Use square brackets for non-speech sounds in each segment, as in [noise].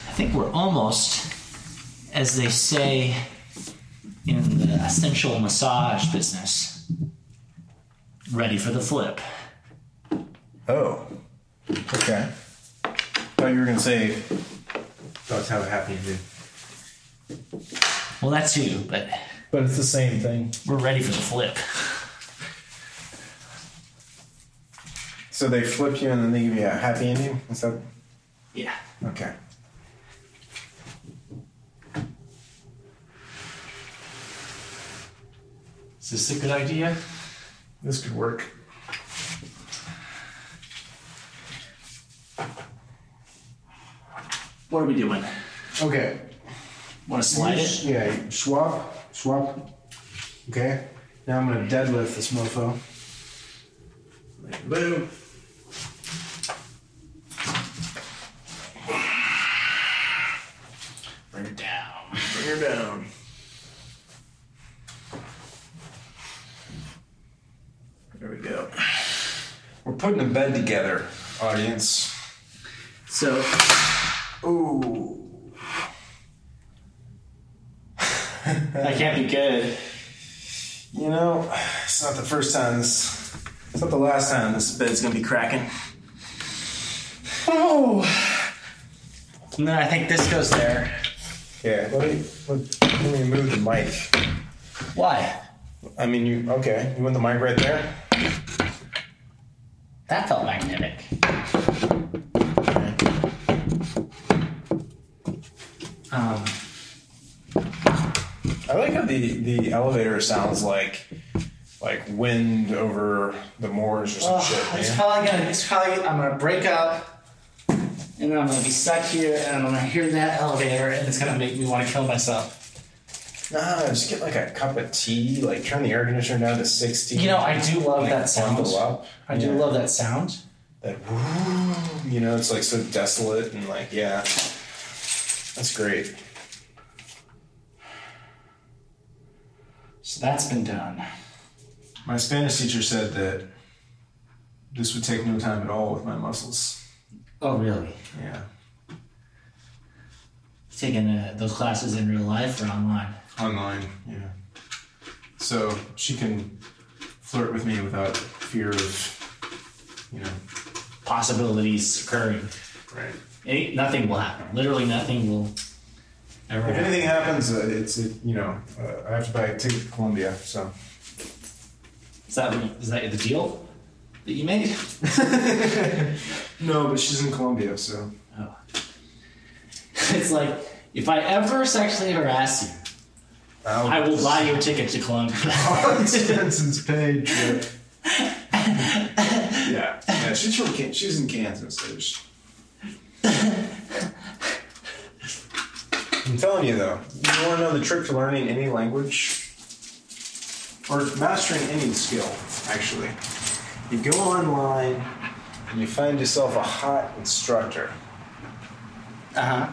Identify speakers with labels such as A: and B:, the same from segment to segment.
A: think we're almost, as they say in the essential massage business, ready for the flip.
B: Oh. Okay. Thought you were gonna say
C: That's how it happened. Dude.
A: Well, that's you, but
D: But it's the same thing.
A: we're ready for the flip.
B: so they flip you and then they give you a happy ending. Is that
A: Yeah.
B: okay?
C: Is this a good idea?
D: This could work.
A: What are we doing?
B: Okay.
A: Want to slide it?
B: Yeah. Swap. Swap. Okay. Now I'm gonna deadlift this mofo.
C: Boom.
A: Bring it down.
C: Bring her down. There we go.
B: We're putting a bed together, audience.
A: So,
B: Ooh.
A: that can't be good.
B: You know, it's not the first time this. It's not the last time this bed's gonna be cracking. Oh.
A: No, I think this goes there.
B: Yeah. Let me let, let me move the mic.
A: Why?
B: I mean, you okay? You want the mic right there?
A: That felt magnetic. Um,
B: I like how the the elevator sounds like like wind over the moors or some
A: oh,
B: shit.
A: it's
B: man.
A: probably gonna. It's probably. I'm gonna break up, and then I'm gonna be stuck here, and I'm gonna hear that elevator, and it's gonna make me want to kill myself.
B: Nah, just get like a cup of tea. Like turn the air conditioner down to sixty.
A: You know, I do love
B: like,
A: that sound.
B: bundle up.
A: I do
B: Yeah.
A: love that sound.
B: that. woo, You know, it's like so desolate and like yeah, that's great.
A: So that's been done.
B: My Spanish teacher said that this would take no time at all with my muscles.
A: Oh, really?
B: Yeah,
A: Taking uh, those classes in real life or online?
B: online. Yeah, so she can flirt with me without fear of you know
A: Possibilities occurring.
B: right.
A: Any, nothing will happen. Literally nothing will ever
B: If
A: happen.
B: anything happens, uh, it's it, you know uh, I have to buy a ticket to Columbia. So
A: Is that, is that the deal that you made?
B: no, but she's in Columbia, so
A: Oh. [laughs] it's like, if I ever sexually harass you, I will buy you a ticket to [laughs] Colombia.
B: All expenses paid trip. yeah, yeah, she's from Kan- she's in Kansas. So she- I'm telling you though, you want to know the trick to learning any language or mastering any skill, actually. You go online and you find yourself a hot instructor.
A: uh-huh.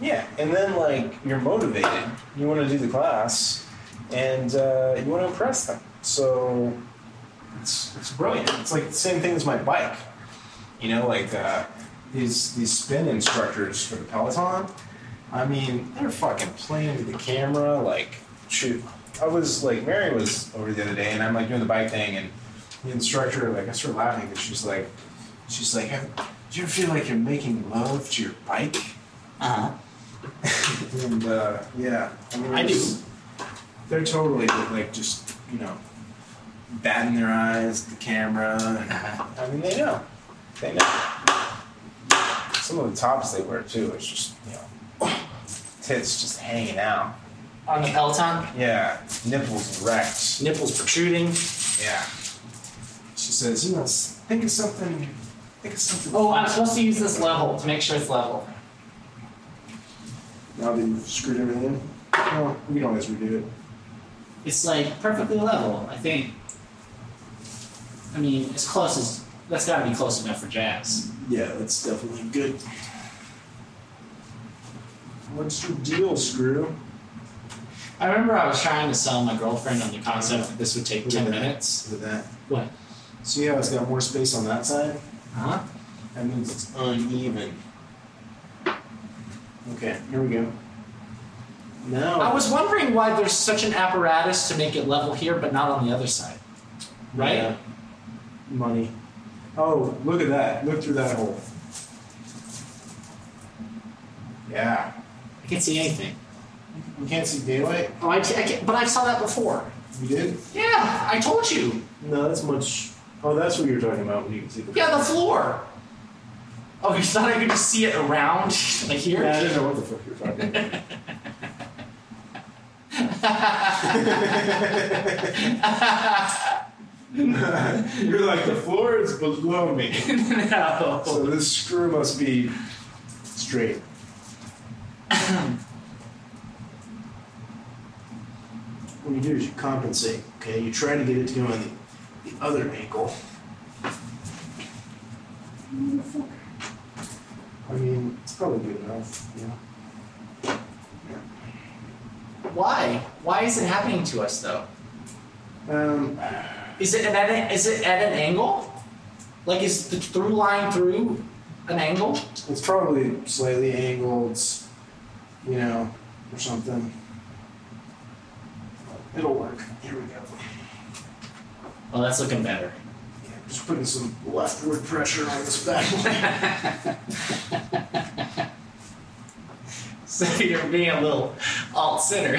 B: Yeah, and then like you're motivated. You want to do the class, and uh, you want to impress them. So it's it's brilliant. It's like the same thing as my bike. You know, like uh, these these spin instructors for the Peloton. I mean, they're fucking playing with the camera. Like, shoot, I was like, Mary was over the other day, and I'm like doing the bike thing, and the instructor like I started laughing because she's like, she's like, do you ever feel like you're making love to your bike?
A: Uh-huh.
B: And uh, yeah, I, mean,
A: I do.
B: it's- They're totally like just you know, batting their eyes at
A: [laughs]
B: the camera. I mean, they know, they know. Some of the tops they wear too is just you know, tits just hanging out.
A: On the Peloton,
B: Yeah, nipples erect.
A: nipples protruding.
B: Yeah. She says, you know, s- think of something. Think of something.
A: Oh, I'm supposed to use this level to make sure it's level.
B: Now that you've screwed everything in, well, we can always redo it.
A: It's like perfectly level, I think. I mean, as close as that's gotta be close enough for jazz.
B: Yeah, that's definitely good. What's your deal, Screw?
A: I remember I was trying to sell my girlfriend on the concept that this would take
B: Look at
A: ten
B: that.
A: minutes.
B: Look at that.
A: What?
B: See how it's got more space
A: Uh-huh.
B: on that side?
A: Huh?
B: That means it's uneven. Okay, here we go. Now
E: I was wondering why there's such an apparatus to make it level here, but not on the other side. Right?
B: Yeah. Money. Oh, look at that. Look through that hole. Yeah.
E: I can't see anything.
B: We can't see daylight.
E: Oh, I, ca- I can't, but I saw that before.
B: You did?
E: Yeah, I told you.
B: No, that's much. Oh, that's what you were talking about when you can see the.
E: Yeah, the floor. Oh, you thought I could just see it around, [laughs] like here?
B: Yeah, I
E: [laughs]
B: didn't know what the fuck you were talking about. [laughs] You're like, the floor is below me.
E: no.
B: So this screw must be straight. what you do is you compensate, okay? You try to get it to go on the, the other ankle. I mean, it's probably good enough, yeah.
E: Why? Why is it happening to us though?
B: Um,
E: Is it at an, is it at an angle? Like is the through line through an angle?
B: it's probably slightly angled, you know, or something. It'll work. Here we go.
E: Well, that's looking better.
B: Yeah, just putting some leftward pressure on this back leg.
E: [laughs] So you're being a little alt center. [laughs]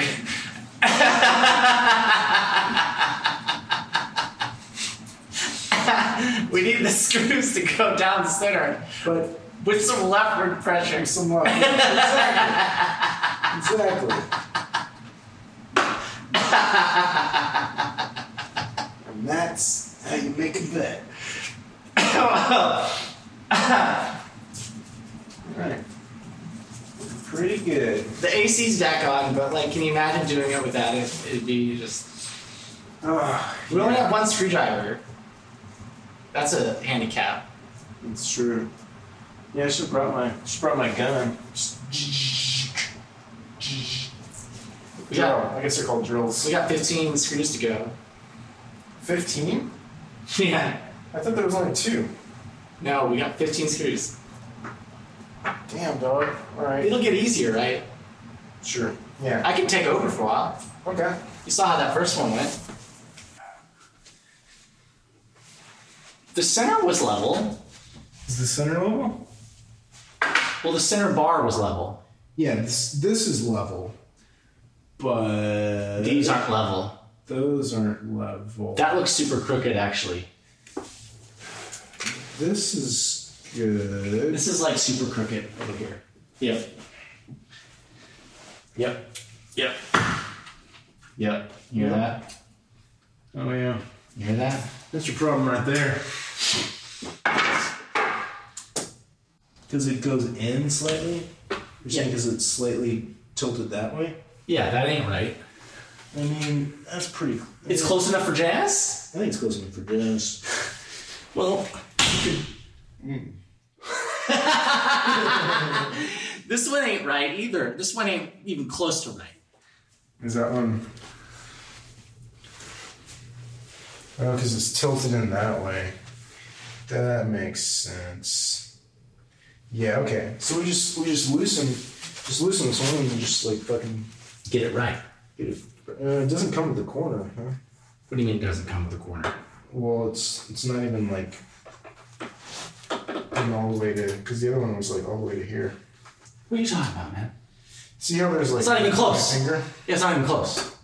E: we need the screws to go down center
B: but
E: with some leftward pressure.
B: Thanks
E: [laughs]
B: so much. exactly. [laughs] exactly. and that's how you make a bet. Alright. Pretty good.
E: The AC's back on, but like, can you imagine doing it without it? It'd be just.
B: Ah,
E: We only have one screwdriver. That's a handicap.
B: it's true. Yeah, I should have brought my should brought my gun.
E: We got,
B: I guess they're called drills.
E: we got 15 screws to go. [laughs]
B: Fifteen?
E: Yeah.
B: I thought there was only two.
E: No, we got 15 screws.
B: Damn dog. Alright.
E: It'll get easier, right?
B: Sure. Yeah.
E: I can take over for a while.
B: Okay.
E: You saw how that first one went. The center was level.
F: Is the center level?
E: Well, the center bar was level.
F: Yeah, this, this is level. But
E: These aren't level.
F: those aren't level.
E: That looks super crooked, actually.
F: this is good.
E: This is like super crooked over here. Yep. Yep. Yep. Yep. You hear that?
F: Oh yeah.
E: You hear that?
F: That's your problem right there.
B: Because it goes in slightly? You're saying
E: Yeah.
B: because it's slightly tilted that way?
E: Yeah, that ain't right.
B: I mean, that's pretty.
E: It's close enough for jazz?
B: I think it's close enough for jazz.
E: Well, [laughs] this one ain't right either. This one ain't even close to right.
F: Is that one? Oh, because it's tilted in that way. That makes sense. Yeah. Okay.
B: So we just we just loosen, just loosen this one and just like fucking
E: Get it right.
B: get it. Uh, it doesn't come to the corner, huh?
E: What do you mean it doesn't come with a corner?
F: Well, it's it's not even like going all the way to because the other one was like all the way to here.
E: What are you talking about, man?
F: See how there's like
E: It's not even
F: my
E: close.
F: finger,
E: Yeah, it's not even close.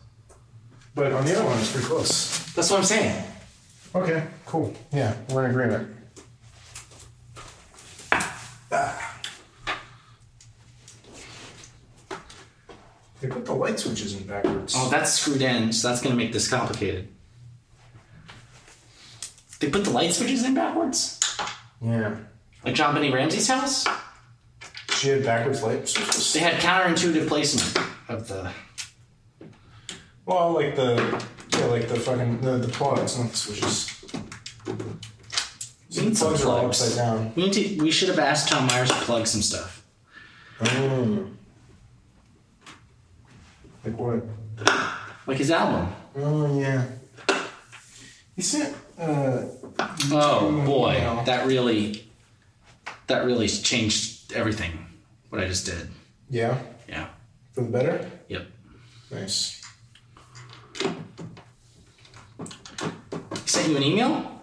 F: but on the other one it's pretty close.
E: That's what I'm saying.
F: Okay, cool. Yeah, we're in agreement.
B: They put the light switches in backwards.
E: Oh, that's screwed in, so that's gonna make this complicated. They put the light switches in backwards?
B: Yeah.
E: Like John Benny Ramsey's house?
B: She had backwards light switches.
E: They had counterintuitive placement of the
B: Well, like the yeah, like the fucking the, the plugs, not the switches.
E: We need
B: the
E: some
B: plugs are all
E: plugs.
B: upside down.
E: We need to, we should have asked Tom Myers to plug some stuff.
B: Oh. Like what?
E: Like his album.
B: Oh yeah. He sent. Uh,
E: Oh boy,
B: Yeah.
E: that really that really changed everything. What I just did.
B: Yeah.
G: Yeah.
B: For the better?
G: Yep.
B: Nice.
G: He sent you an email?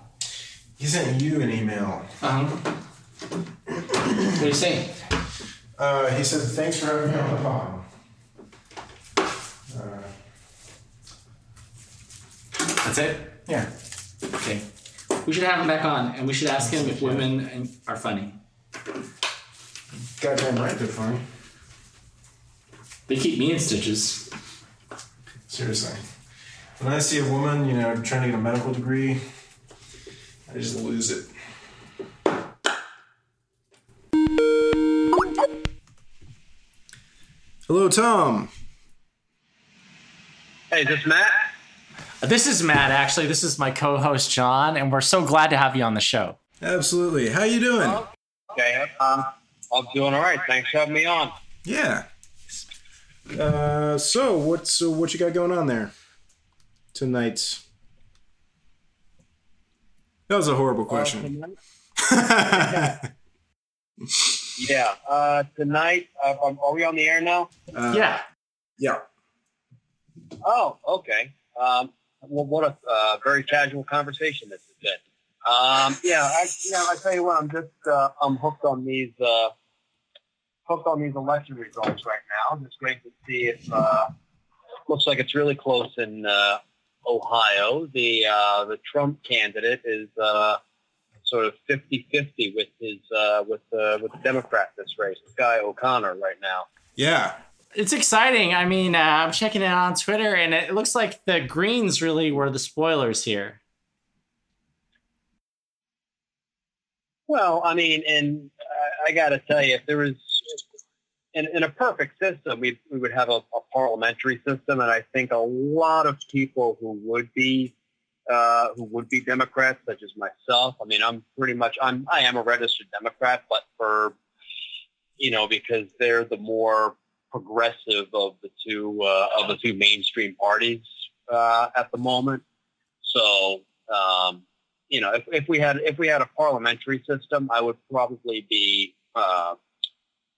B: He sent you an email.
E: Uh-huh.
G: Uh huh. What do you say?
B: Uh, he said, thanks for having me on the pod. Uh,
G: That's it?
B: yeah.
G: Okay. We should have him back on and we should ask him if women and- are funny.
B: Goddamn right they're funny.
G: They keep me in stitches.
B: Seriously. When I see a woman, you know, trying to get a medical degree, I just lose it. Hello, Tom.
H: Hey, is this Matt?
E: This is Matt. Actually, this is my co-host John, and we're so glad to have you on the show.
B: Absolutely. How you doing?
H: Okay, um, I'm doing all right. Thanks for having me on.
B: Yeah. Uh, so what? So what you got going on there tonight? That was a horrible question.
H: Tonight- Yeah, uh, tonight, uh, um, are we on the air now?
B: [laughs] Uh,
E: yeah.
B: Yeah.
H: Oh, okay. Um, well, what a uh, very casual conversation this has been. Um, yeah, I, you know, I tell you what, I'm just, uh, I'm hooked on these, uh, hooked on these election results right now. It's great to see if, uh, looks like it's really close in, uh, Ohio. The, uh, the Trump candidate is, uh, sort of 50-50 with his, uh, with, uh, with the Democrat in this race, this guy O'Connor right now.
B: Yeah.
E: It's exciting. I mean, uh, I'm checking it out on Twitter, and it looks like the Greens really were the spoilers here.
H: Well, I mean, and I, I got to tell you, if there was in, in a perfect system, we we would have a, a parliamentary system, and I think a lot of people who would be uh, who would be Democrats, such as myself. I mean, I'm pretty much I'm I am a registered Democrat, but for you know because they're the more progressive of the two uh, of the two mainstream parties uh, at the moment. So um, you know, if, if we had if we had a parliamentary system, I would probably be uh,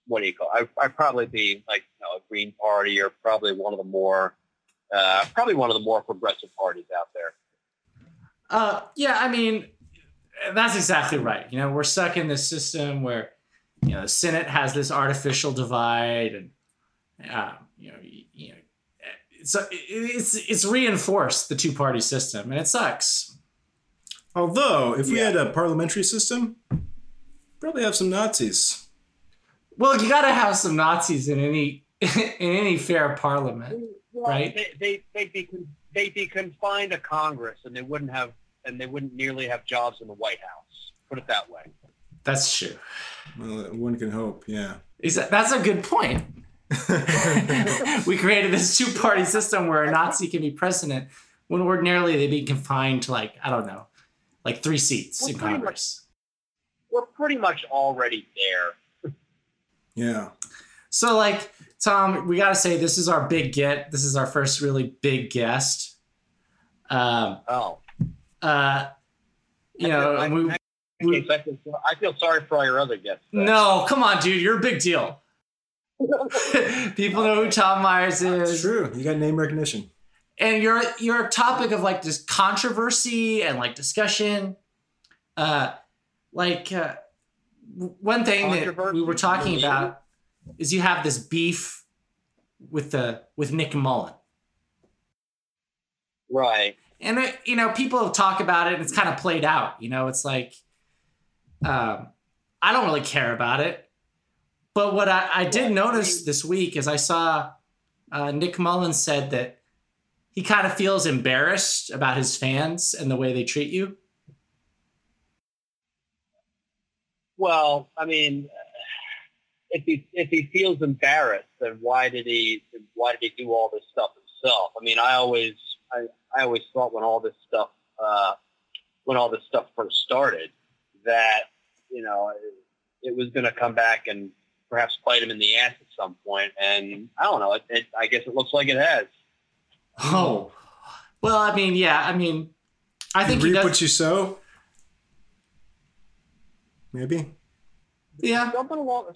H: what do you call? I I'd probably be like you know, a Green Party or probably one of the more uh, probably one of the more progressive parties out there.
E: Uh, yeah, I mean, that's exactly right. You know, we're stuck in this system where, you know, the Senate has this artificial divide, and uh, you know, you, you know, it's uh, it's it's reinforced the two party system, and it sucks.
B: Although, if we had a parliamentary system, probably have some Nazis.
E: Well, you got to have some Nazis in any [laughs] in any fair parliament. Right.
H: They, they they'd be con- they'd be confined to Congress, and they wouldn't have and they wouldn't nearly have jobs in the White House. Put it that way.
E: That's true.
B: Well, one can hope. Yeah.
E: Is that- That's a good
H: [laughs]
E: point. we created this two party system where a Nazi can be president when ordinarily they'd be confined to like I don't know, like three seats
H: Well,
E: in
H: pretty much-
E: Congress.
H: We're pretty much already there.
B: Yeah.
E: So like Tom, we got to say this is our big get. This is our first really big guest. Um,
H: Oh,
E: uh, you know,
H: I,
E: and we,
H: in
E: we-
H: case I, feel, I feel sorry for all your other guests. there.
E: no, come on, dude, you're a big deal. [laughs] People know who Tom Myers
B: It's
E: is.
B: true. You got name recognition.
E: and you're you're a topic of like this controversy and like discussion uh like uh, w- one thing that we were
H: Controversy?
E: talking
H: Bullshit?
E: about is you have this beef with the with Nick Mullen
H: right.
E: and it, you know people talk about it and it's kind of played out you know it's like um i don't really care about it but what i, I did notice this week is i saw uh, nick mullen said that he kind of feels embarrassed about his fans and the way they treat you
H: Well, I mean, if he if he feels embarrassed, then why did he why did he do all this stuff himself? I mean, I always I, I always thought when all this stuff uh, when all this stuff first started that you know it, it was going to come back and perhaps bite him in the ass at some point, and I don't know. It, it, I guess it looks like it has.
E: oh well i mean yeah i mean i think he
B: reap
E: does
B: what you sow. Maybe.
E: yeah
H: Something along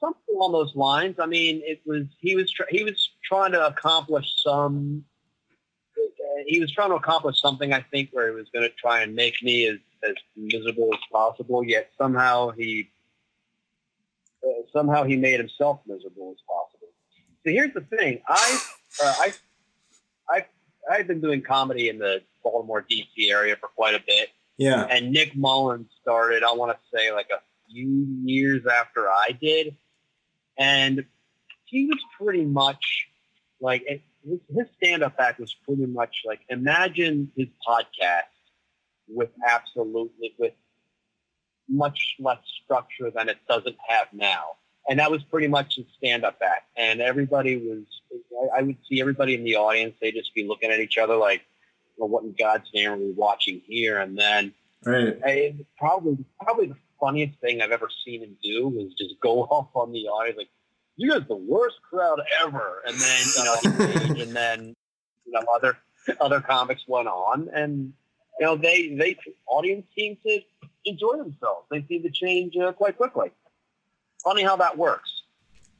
H: something along those lines. I mean, it was he was tr- he was trying to accomplish some. uh, He was trying to accomplish something, I think, where he was going to try and make me as, as miserable as possible. Yet somehow he uh, somehow he made himself miserable as possible. So here's the thing: I uh, I I I've been doing comedy in the Baltimore D.C. area for quite a bit,
B: Yeah.
H: and Nick Mullen started, I want to say, like a few years after I did. And he was pretty much like it, his, his stand up act was pretty much like imagine his podcast with absolutely, with much less structure than it doesn't have now. And that was pretty much his stand up act. And everybody was, I, I would see everybody in the audience, they'd just be looking at each other like, well, what in God's name are we watching here? And then
B: Right.
H: I, probably probably the funniest thing I've ever seen him do was just go [laughs] off on the audience like, "You guys the worst crowd ever," and then you know, on stage, and then you know other other comics went on, and you know they they audience seemed to enjoy themselves. They seemed to change uh, quite quickly. Funny how that works.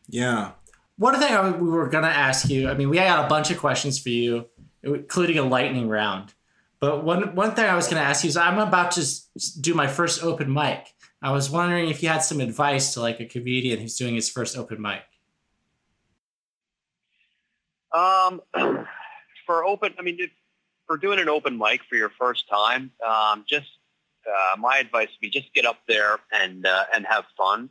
B: Yeah.
A: One thing I, we were gonna ask you. I mean, we got a bunch of questions for you, including a lightning round. But one one thing I was gonna ask you is, I'm about to s- do my first open mic. I was wondering if you had some advice to like a comedian who's doing his first open mic.
H: Um, [clears throat] for open, I mean, if, for doing an open mic for your first time, um, just uh, my advice would be just get up there and uh, and have fun.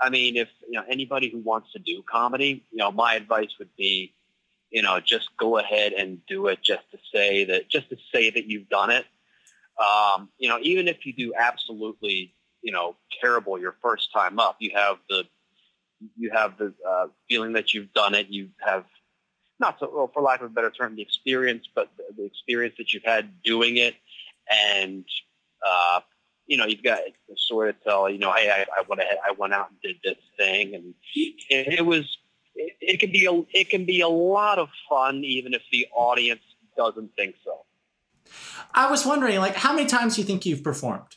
H: I mean, if you know anybody who wants to do comedy, you know, my advice would be, you know, just go ahead and do it just to say that just to say that you've done it. Um, you know, even if you do absolutely, you know, terrible your first time up, you have the you have the uh, feeling that you've done it. You have not so well, for lack of a better term, the experience, but the, the experience that you've had doing it, and uh, you know, you've got to sort of tell, you know, hey, I, I went ahead, I went out and did this thing, and it, it was, it, it can be a, it can be a lot of fun, even if the audience doesn't think so.
A: I was wondering, like, how many times do you think you've performed?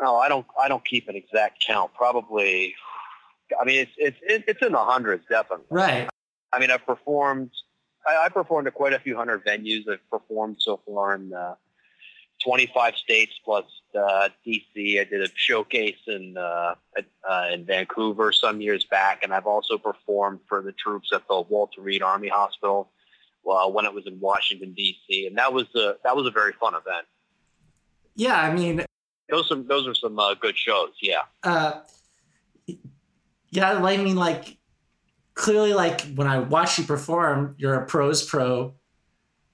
H: No, I don't. I don't keep an exact count. Probably, I mean, it's it's it- it's in the hundreds, definitely.
A: Right.
H: I mean, I've performed. I, I performed at quite a few hundred venues. I've performed so far in uh, 25 states plus uh, DC. I did a showcase in uh, at, uh, in Vancouver some years back, and I've also performed for the troops at the Walter Reed Army Hospital uh, when it was in Washington DC, and that was a that was a very fun event.
A: Yeah, I mean,
H: Those some those are some uh, good shows. Yeah.
A: uh, yeah, I mean, like, clearly, like when I watch you perform, you're a pros pro.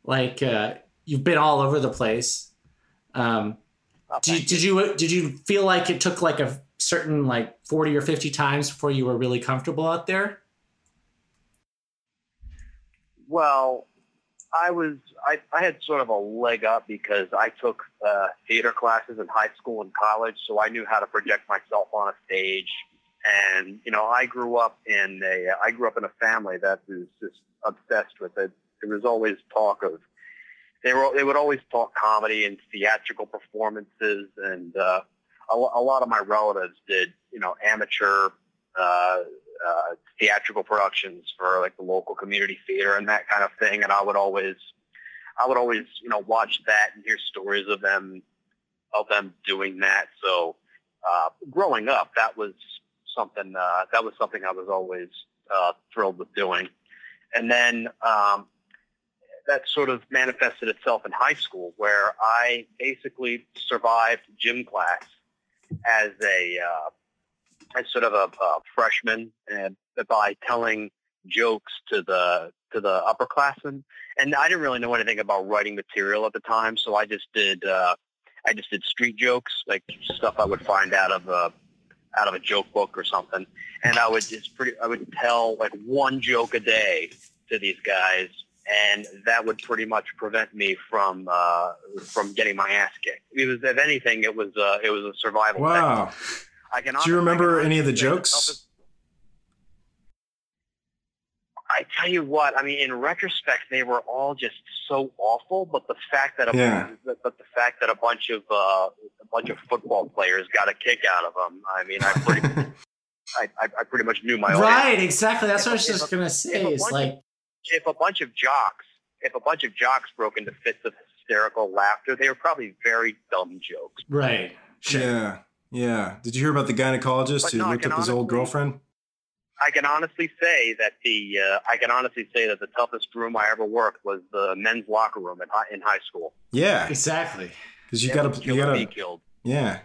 A: Like, uh, you've been all over the place. Um,
H: Oh,
A: did,
H: thank
A: did you did you feel like it took like a certain like forty or fifty times before you were really comfortable out there?
H: Well, I was I, I had sort of a leg up because I took uh, theater classes in high school and college, so I knew how to project myself on a stage. And you know, I grew up in a I grew up in a family that was just obsessed with it. There was always talk of they were they would always talk comedy and theatrical performances, and uh, a, lo- a lot of my relatives did you know amateur. Uh, uh, theatrical productions for like the local community theater and that kind of thing. And I would always, I would always, you know, watch that and hear stories of them, of them doing that. So, uh, growing up, that was something, uh, that was something I was always, uh, thrilled with doing. And then, um, that sort of manifested itself in high school where I basically survived gym class as a, uh, as sort of a, a freshman and by telling jokes to the to the upperclassmen and i didn't really know anything about writing material at the time so i just did uh i just did street jokes like stuff i would find out of a out of a joke book or something and i would just pretty i would tell like one joke a day to these guys and that would pretty much prevent me from uh from getting my ass kicked it was if anything it was uh it was a survival technique.
B: Wow.
H: I can.
B: Do you
H: honest-
B: remember
H: I can
B: any of the
H: honestly say
B: jokes?
H: toughest- I tell you what, I mean, in retrospect, they were all just so awful. But the fact that a
B: Yeah.
H: but the fact that a bunch of uh, a bunch of football players got a kick out of them, I mean, I pretty
B: [laughs]
H: I, I, I pretty much knew my audience.
E: right, exactly. That's what I was just gonna
H: If
E: say.
H: a
E: Is
H: bunch
E: like,
H: If a bunch of jocks, if a bunch of jocks broke into fits of hysterical laughter, they were probably very dumb jokes.
E: right, sure.
B: Yeah. Yeah. Did you hear about the gynecologist
H: But
B: who
H: no, I
B: looked
H: can
B: up his old
H: honestly-
B: girlfriend?
H: I can honestly say that the uh, I can honestly say that the toughest room I ever worked was the men's locker room in high, in high school.
B: Yeah.
E: exactly.
B: Because you
H: They
B: gotta
H: would
B: you
H: kill or
B: gotta
H: be killed.
B: Yeah.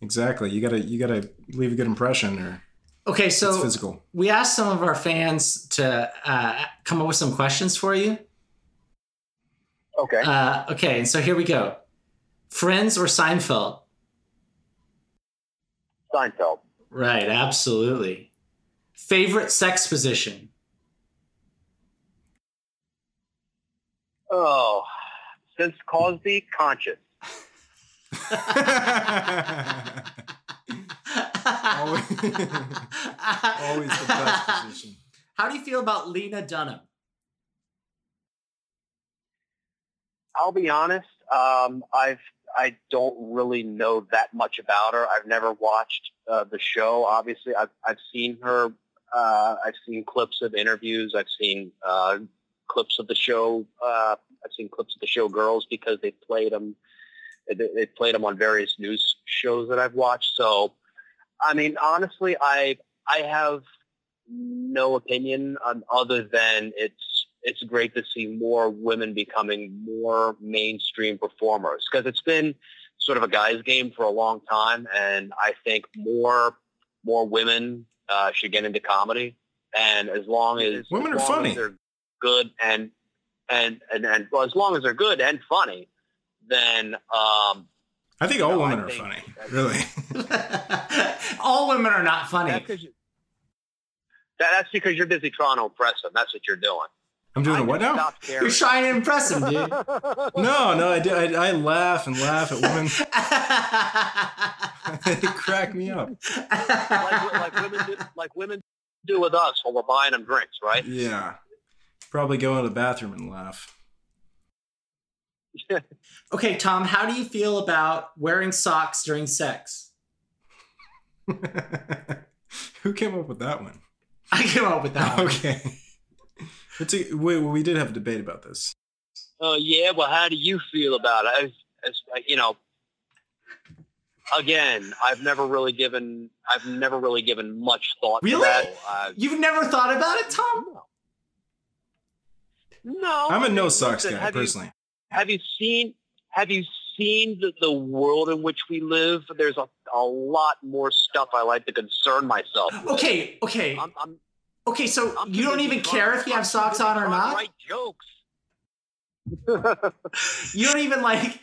B: Exactly. You gotta you gotta leave a good impression or
E: Okay,
B: it's
E: so
B: physical.
E: [laughs] we asked some of our fans to uh, come up with some questions for you.
H: Okay.
E: Uh, okay, and so here we go. Friends or Seinfeld?
H: Seinfeld.
E: Right, absolutely. Favorite sex position? [laughs]
H: Oh, since Cosby, conscious.
B: always, always the best position.
E: [laughs] How do you feel about Lena Dunham? [laughs]
H: I'll be honest. Um, I've I don't really know that much about her. I've never watched uh, the show. Obviously, I've I've seen her. Uh, I've seen clips of interviews. I've seen uh, clips of the show. Uh, I've seen clips of the show Girls because they played them. They, they played them on various news shows that I've watched. So, I mean, honestly, I I have no opinion on other than it's it's great to see more women becoming more mainstream performers because it's been sort of a guys game for a long time and I think more more women uh, should get into comedy and as long as
B: Women
H: as
B: are
H: long
B: funny.
H: as they're good and and and, and well, as long as they're good and funny then um,
B: I think
H: No,
B: all
H: I
B: women are
H: think
B: funny.
H: that's-
B: Really.
E: All women are not
H: that's,
E: funny.
H: because you, that, that's because you're busy trying to impress them that's what you're doing
B: I'm doing a what now?
H: Stop [laughs]
E: You're
H: caring.
E: trying to impress them,
H: [laughs]
E: dude.
B: No, no, I, do, I, I laugh and laugh at
E: [laughs]
B: women.
E: like,
B: they crack me up.
H: like, like women do, like women do with us while we're buying them drinks, right?
B: Yeah. Probably go into the bathroom and laugh. [laughs]
E: Okay, Tom, how do you feel about wearing socks during sex?
B: Who came up with that one?
E: I came up with
B: [laughs]
E: that. one.
B: Okay. It's a, we, we did have a debate about this.
H: Oh yeah. Well, how do you feel about it? As, as, you know, again, I've never really given I've never really given much thought.
E: Really?
H: To that. Uh,
E: You've never thought about it, Tom?
H: no.
B: I'm a
H: I mean,
B: no socks
H: Oh, listen,
B: guy,
H: have you-
B: personally.
H: have you seen have you seen the, the world in which we live? There's a, a lot more stuff I like to concern myself with.
E: Okay, okay,
H: I'm, I'm,
E: okay. So
H: I'm
E: you don't
H: busy
E: even
H: trying-
E: care if you
H: I'm
E: have socks
H: busy
E: on or
H: trying to
E: not.
H: Write jokes. [laughs]
E: You don't even like.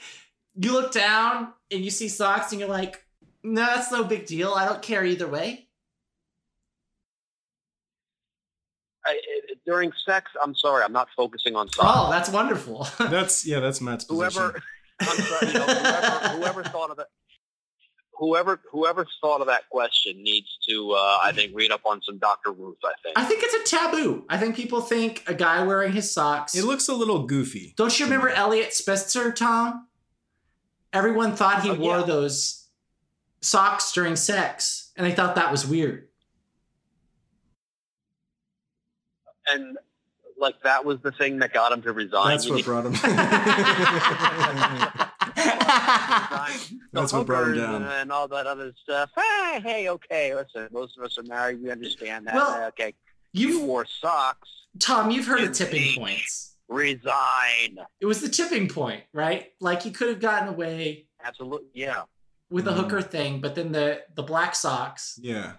E: You look down and you see socks, and you're like, "No, that's no big deal. I don't care either way."
H: I, I- during sex, I'm sorry, I'm not focusing on sex.
E: Oh, that's wonderful. [laughs]
B: That's yeah, that's Matt's
E: Oh.
B: position.
H: whoever, [laughs] I'm sorry, you know, whoever, whoever thought of that, whoever, whoever thought of that question needs to, uh, I think, read up on some Dr. Ruth. I think.
E: I think it's a taboo. I think people think a guy wearing his socks.
B: It looks a little goofy.
E: Don't you remember Elliot Spitzer, Tom? Everyone thought he
H: Oh,
E: wore
H: yeah.
E: those socks during sex, and they thought that was weird.
H: and like that was the thing that got him to resign.
B: That's
H: You
B: what
H: need-
B: brought him.
H: resign.
B: That's
H: the
B: what brought him
H: hookers
B: down.
H: and, and all that other stuff. Hey, hey, okay, listen, most of us are married. We understand that.
E: Well,
H: okay,
E: [laughs]
H: you
E: you,
H: wore socks.
E: Tom, you've heard of
H: It's
E: tipping
H: me.
E: points.
H: Resign.
E: It was the tipping point, right? Like he could have gotten away
H: Absolutely, yeah.
E: with the
B: Mhm.
E: hooker thing, but then the the black socks.
B: Yeah.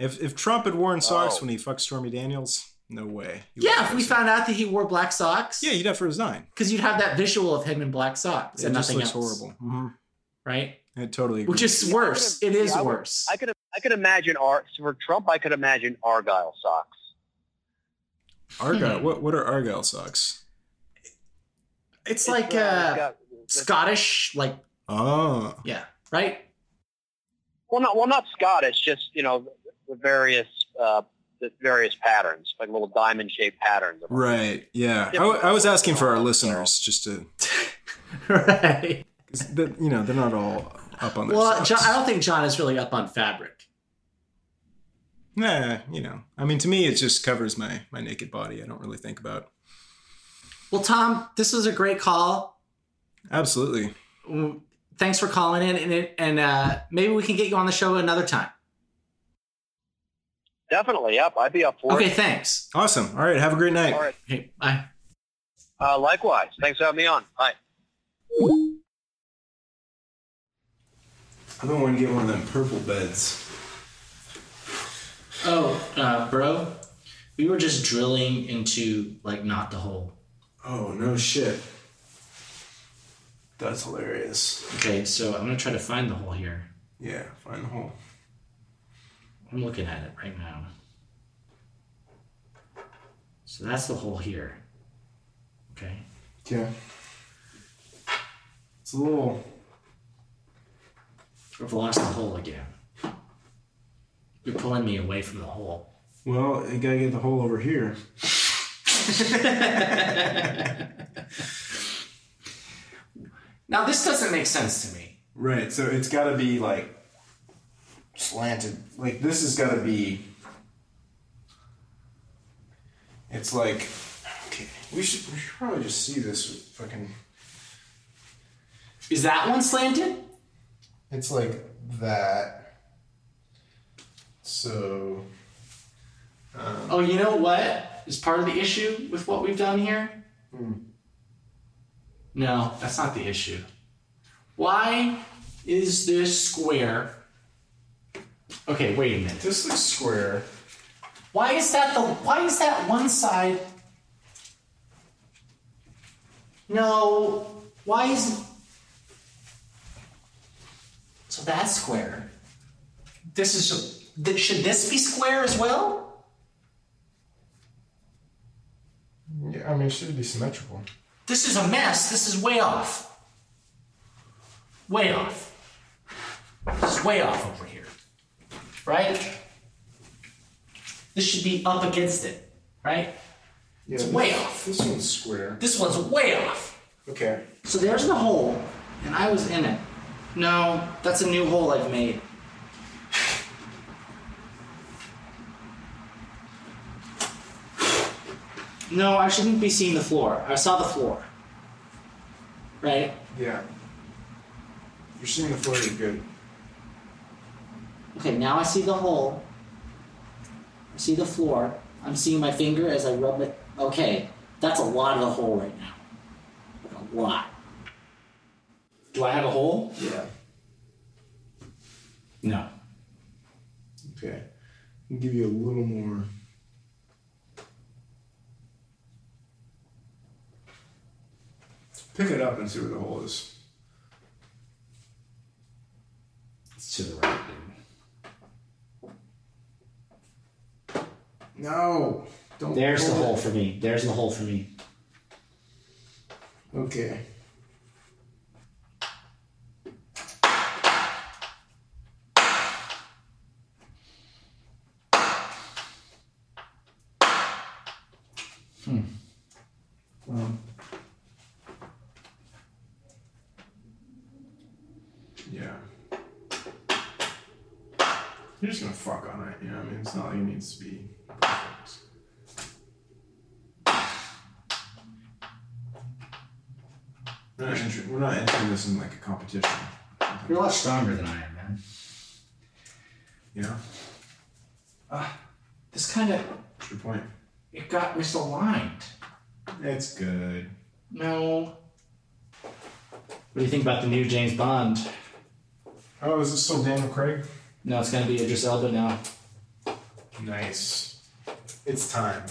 B: If if Trump had worn socks
H: Oh.
B: when he fucked Stormy Daniels, no way. He
E: yeah,
B: would've
E: if we
B: done
E: found out that he wore black socks,
B: so. Yeah, he'd have to resign.
E: because you'd have that visual of him in black socks
B: It
E: and
B: just
E: nothing
B: looks
E: else,
B: horrible. hmm
I: Mm-hmm.
E: right?
B: I totally agree.
E: Which is
H: Yeah, I
E: worse. It
H: would've-
E: is
H: yeah, I would-
E: worse.
H: I could I could imagine Ar- for Trump. I could imagine Argyle socks.
E: hmm.
B: Argyle. What what are Argyle socks?
E: it's, like uh,
H: uh, it's got- it's-
E: Scottish, like
B: Oh.
E: yeah,
B: [laughs]
E: right?
H: well, not well, not Scottish. Just you know, the various uh, the various patterns, like little diamond shaped patterns.
I: Right. Yeah. I, w- I was asking for our listeners just to,
A: right.
I: 'cause the- you know, they're not all up on their
A: Well,
I: socks.
A: John, I don't think John is really up on fabric.
I: Nah, you know. I mean, to me, it just covers my my naked body. I don't really think about.
A: Well, Tom, this was a great call.
I: Absolutely.
A: Mm, Thanks for calling in, and it- and uh, maybe we can get you on the show another time.
H: Definitely up. I'd be up for
A: Okay,
H: it.
A: thanks.
I: Awesome. All right. Have a great night.
H: All right.
A: Okay, bye.
H: Uh, likewise. Thanks for having me on. Bye.
F: I'm gonna want to get one of them purple beds.
E: Oh, uh, bro, we were just drilling into like not the hole.
F: Oh no shit. That's hilarious.
E: Okay, so I'm gonna try to find the hole here.
F: Yeah, find the hole.
E: I'm looking at it right now. So that's the hole here. Okay.
F: Yeah. It's a little
E: I've lost the hole again. You're pulling me away from the hole.
F: well, you gotta get the hole over here.
E: Now this doesn't make sense to me.
F: Right, so it's gotta be like slanted. Like this has gotta be It's like okay. We should we should probably just see this with fucking
E: Is that one slanted?
F: It's like that. So
E: Oh, you know what is part of the issue with what we've done here? Hmm. No, that's not the issue. Why is this square? Okay, wait a minute.
F: this looks square.
E: Why is that the why is that one side? No, why is So that's square. This is th- should this be square as well?
F: Yeah, I mean it should be symmetrical.
E: This is a mess. This is way off. Way off. This is way off over here. Right? This should be up against it, right?
F: Yeah,
E: It's
F: this-
E: way off.
F: This one's square.
E: This one's way off.
F: Okay.
E: So there's the hole, and I was in it. No, that's a new hole I've made. No, I shouldn't be seeing the floor. I saw the floor. Right?
F: Yeah. You're seeing the floor you're good.
E: Okay, now I see the hole. I see the floor. I'm seeing my finger as I rub it. Okay, that's a lot of the hole right now. Like, a lot. Do I have a hole?
F: Yeah.
E: No.
F: Okay. I'll give you a little more. Pick it up and see where the hole is.
E: It's to the right,
F: No. Don't.
E: There's the
F: pull it.
E: hole for me. There's the hole for me.
F: Okay. Hmm. Um. Yeah. You're just gonna fuck on it, you know what I mean? It's not like it needs to be perfect. We're not, entering, we're not entering this in like a competition.
E: You're a lot stronger than I am, man.
F: You know?
E: This kind of
F: What's your point?
E: it got misaligned.
F: It's good.
E: No. What do you think about the new James Bond?
F: Oh, is this still Daniel Craig?
E: No, it's gonna be Idris Elba now.
F: Nice. It's time.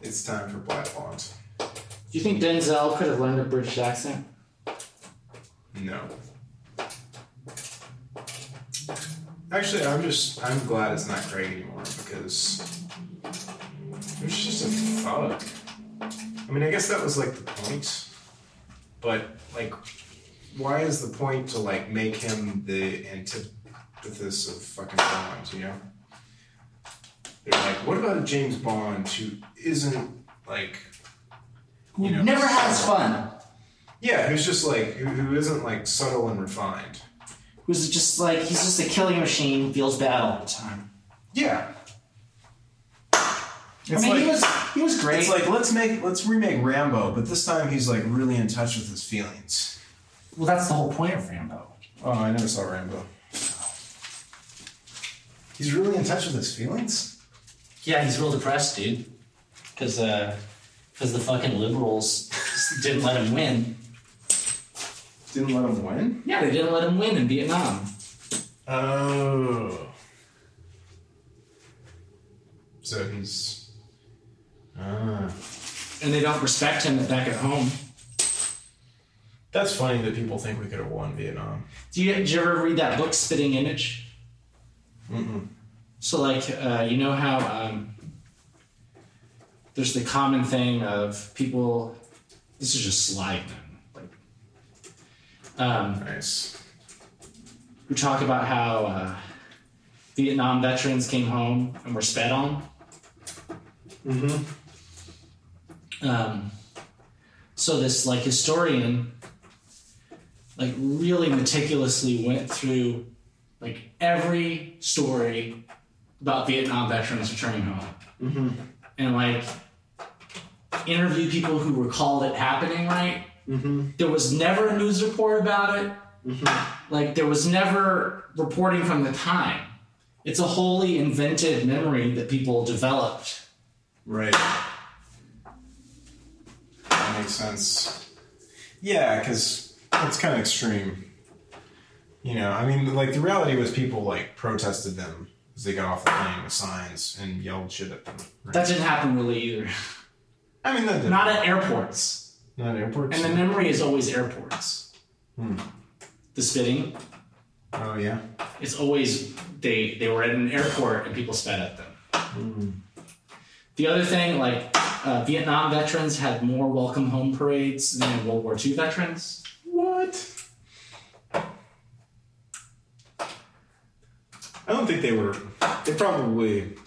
F: It's time for Black Bond.
E: Do you think Denzel could have learned a British accent?
F: No. Actually, I'm just I'm glad it's not Craig anymore because it was just a fuck. I mean, I guess that was like the point, but like, why is the point to like make him the antithesis of fucking Bond? You know, They're like, what about James Bond who isn't like
E: Who
F: You know.
E: never has fun.
F: yeah, who's just like who, who isn't like subtle and refined.
E: Who's just like he's just a killing machine, feels bad all the time.
F: Yeah.
E: I
B: It's
E: mean, he
B: like-
E: was he was great.
B: It's like let's make let's remake Rambo, but this time he's like really in touch with his feelings.
E: well, that's the whole point of Rambo.
B: Oh, I never saw Rambo. He's really in touch with his feelings.
E: Yeah, he's real depressed, dude. Because uh, because the fucking liberals [laughs] didn't let him win.
B: Didn't let him win.
E: Yeah, they didn't let him win in Vietnam.
F: Oh. So he's. Ah.
E: And they don't respect him back at home.
F: That's funny that people think we could have won Vietnam.
E: Do you, did you ever read that book, Spitting Image?
F: Mm-mm.
E: So, like, uh, you know how um, there's the common thing of people. This is just slide men, like, um,
F: Nice.
E: who talk about how uh, Vietnam veterans came home and were sped on.
F: Mm-hmm.
E: Um, so this like historian, like really meticulously went through like every story about Vietnam veterans returning home, and like interviewed people who recalled it happening. Right?
F: Mm-hmm.
E: There was never a news report about it.
F: Mhm.
E: Like there was never reporting from the time. It's a wholly invented memory that people developed.
F: Right. That makes sense. Yeah, because it's kind of extreme. You know, I mean, like the reality was people like protested them as they got off the plane with signs and yelled shit at them. right?
E: That didn't happen really either.
F: I mean, that didn't-
E: Not at airports.
F: not at airports.
E: And the memory is always airports.
F: Hmm.
E: The spitting.
F: oh yeah.
E: It's always they they were at an airport and people spat at them. The other thing, like uh, Vietnam veterans had more welcome home parades than World War II veterans.
F: What? I don't think they were. They probably. It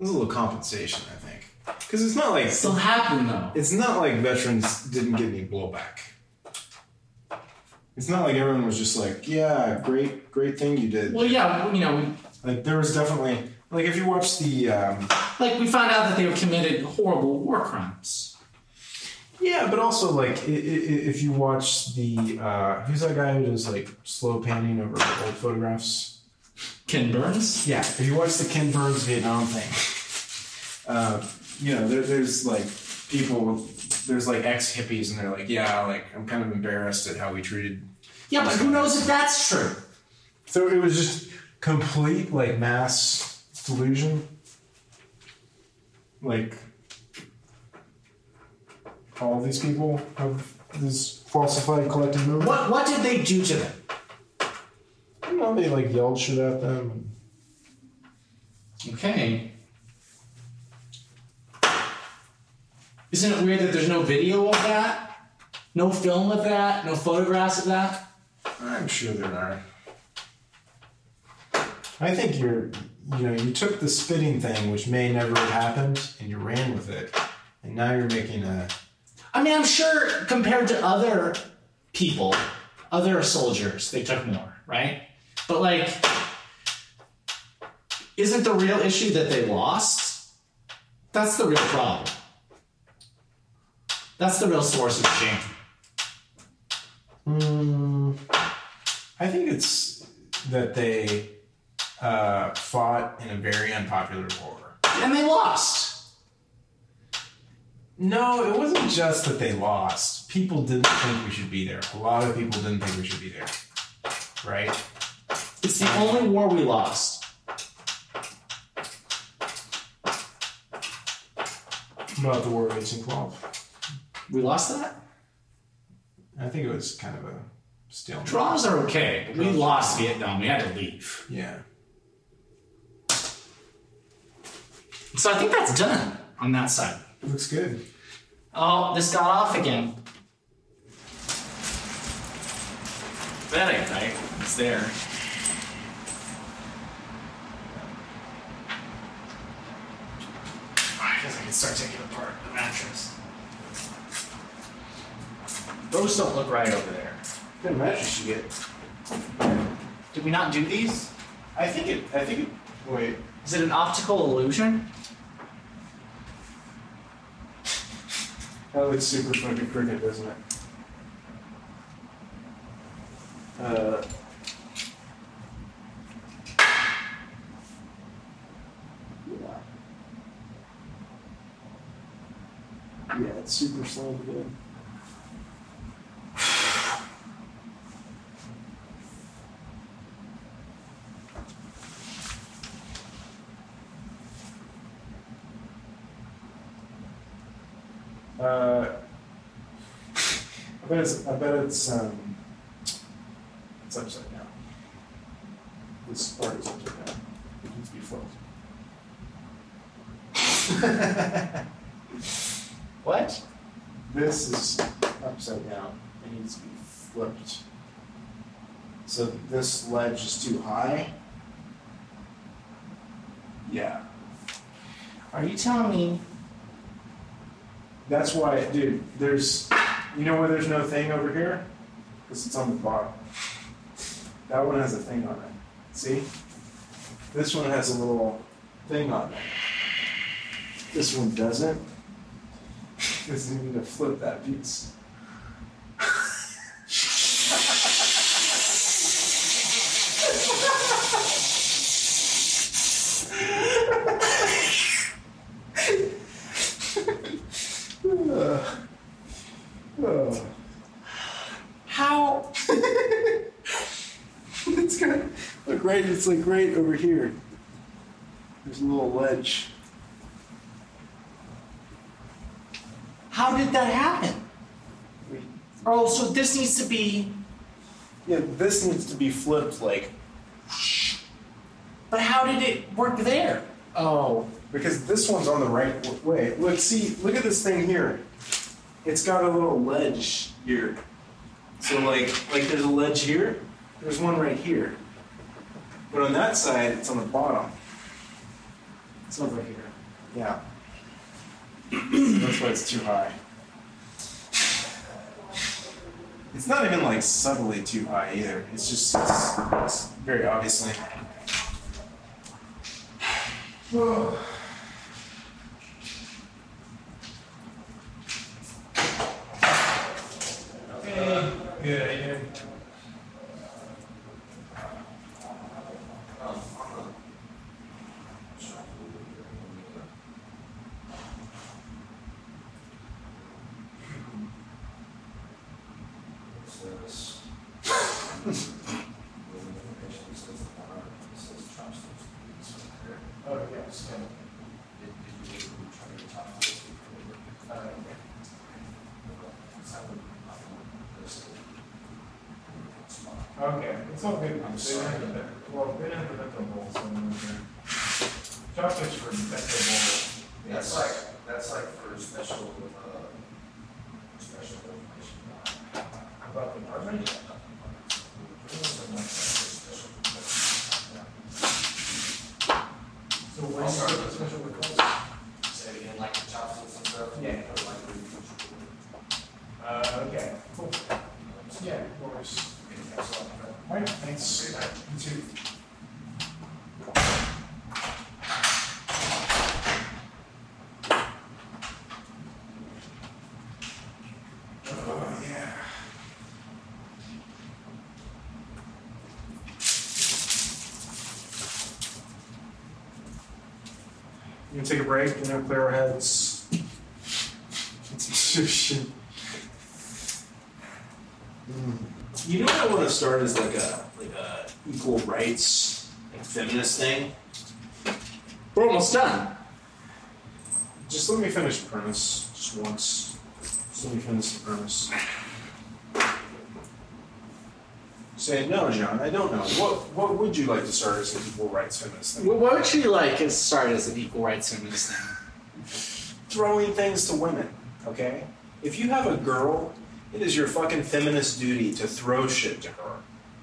F: was a little compensation, I think, because it's not like
E: It still happened though.
F: it's not like veterans didn't get any blowback. It's not like everyone was just like, "Yeah, great, great thing you did."
E: Well, yeah, you know, we-
F: Like there was definitely like if you watch the um,
E: like we found out that they committed horrible war crimes.
F: yeah, but also like i- i- i- if you watch the uh, who's that guy who does like slow panning over old photographs.
E: Ken Burns.
F: Yeah, if you watch the Ken Burns Vietnam thing, uh, you know, there, there's like people, with- there's like ex hippies, and they're like, yeah, like I'm kind of embarrassed at how we treated.
E: Yeah, but who knows if that's true?
F: So it was just complete like mass delusion. Like, all these people have this falsified collective memory.
E: What what did they do to them?
F: You know, they like yelled shit at them. And,
E: Okay. Isn't it weird that there's no video of that? No film of that? No photographs of that?
F: I'm sure there are. I think you're, you know, you took the spitting thing, which may never have happened, and you ran with it, and now you're making a.
E: I mean, I'm sure compared to other people, other soldiers, they took more, right? But like, isn't the real issue that they lost? That's the real problem. That's the real source of shame.
F: Mm, I think it's that they uh, fought in a very unpopular war.
E: And they lost.
F: No, it wasn't just that they lost. People didn't think we should be there. A lot of people didn't think we should be there. Right?
E: It's the only war we lost.
F: Not the War of 1812.
E: We lost that?
F: I think it was kind of a stalemate.
E: Draws are okay. but We lost Vietnam. We had to leave.
F: Yeah.
E: So I think that's done on that side.
F: It looks good.
E: Oh, this got off again. That ain't right. It's there. Because I can start taking apart the mattress. Those don't look right over there.
B: Good mattress you get.
E: Did we not do these?
B: I think it. I think it. Wait.
E: Is it an optical illusion?
B: That looks Oh, super fucking crooked, doesn't it? Uh, yeah. Yeah, it's super slanted in. Uh, I bet it's. I bet it's. Um, it's upside down. This part is upside down. It needs to be flipped.
E: [laughs] What?
B: This is upside down. It needs to be flipped. So this ledge is too high. Yeah.
E: Are you telling me?
B: That's why, dude, there's, you know where there's no thing over here? Because it's on the bottom. That one has a thing on it. See? This one has a little thing on it. This one doesn't. [laughs] Because you need to flip that piece. Ugh. Ugh.
E: How?
B: it's gonna look right. It's like right over here. There's a little ledge.
E: How did that happen? Oh, so this needs to be.
B: Yeah, this needs to be flipped like
E: But how did it work there?
B: Oh, because this one's on the right w- way. Look, see, look at this thing here. It's got a little ledge here. So like, like there's a ledge here. There's one right here. But on that side, it's on the bottom.
E: It's over here.
B: Yeah. [clears throat] That's why it's too high. It's not even like subtly too high either. It's just it's, it's very obviously.
F: Okay, it's all good. I'm sorry. Well, they have deductibles and everything. Chocolate's for deductible.
J: That's like, that's like for special, uh, special information.
F: About the department? So
J: I'll
F: when's
J: start
F: the
J: with-
F: special request?
J: Say it again, like the chopsticks and stuff?
F: Yeah. Uh, okay, cool. Yeah, of course. All right, thanks. You too.
B: You can take a break, you know, clear our heads. Get some sushi.
E: Hmm. You know what I want to start is like a like a equal rights like feminist thing. We're almost done.
B: Just let me finish the premise just once. Just let me finish the premise. Say no, John. I don't know. What what would you like to start as an equal rights feminist thing?
E: What would you like to start as an equal rights feminist thing?
B: Throwing things to women. Okay. If you have a girl, it is your fucking feminist duty to throw shit to her,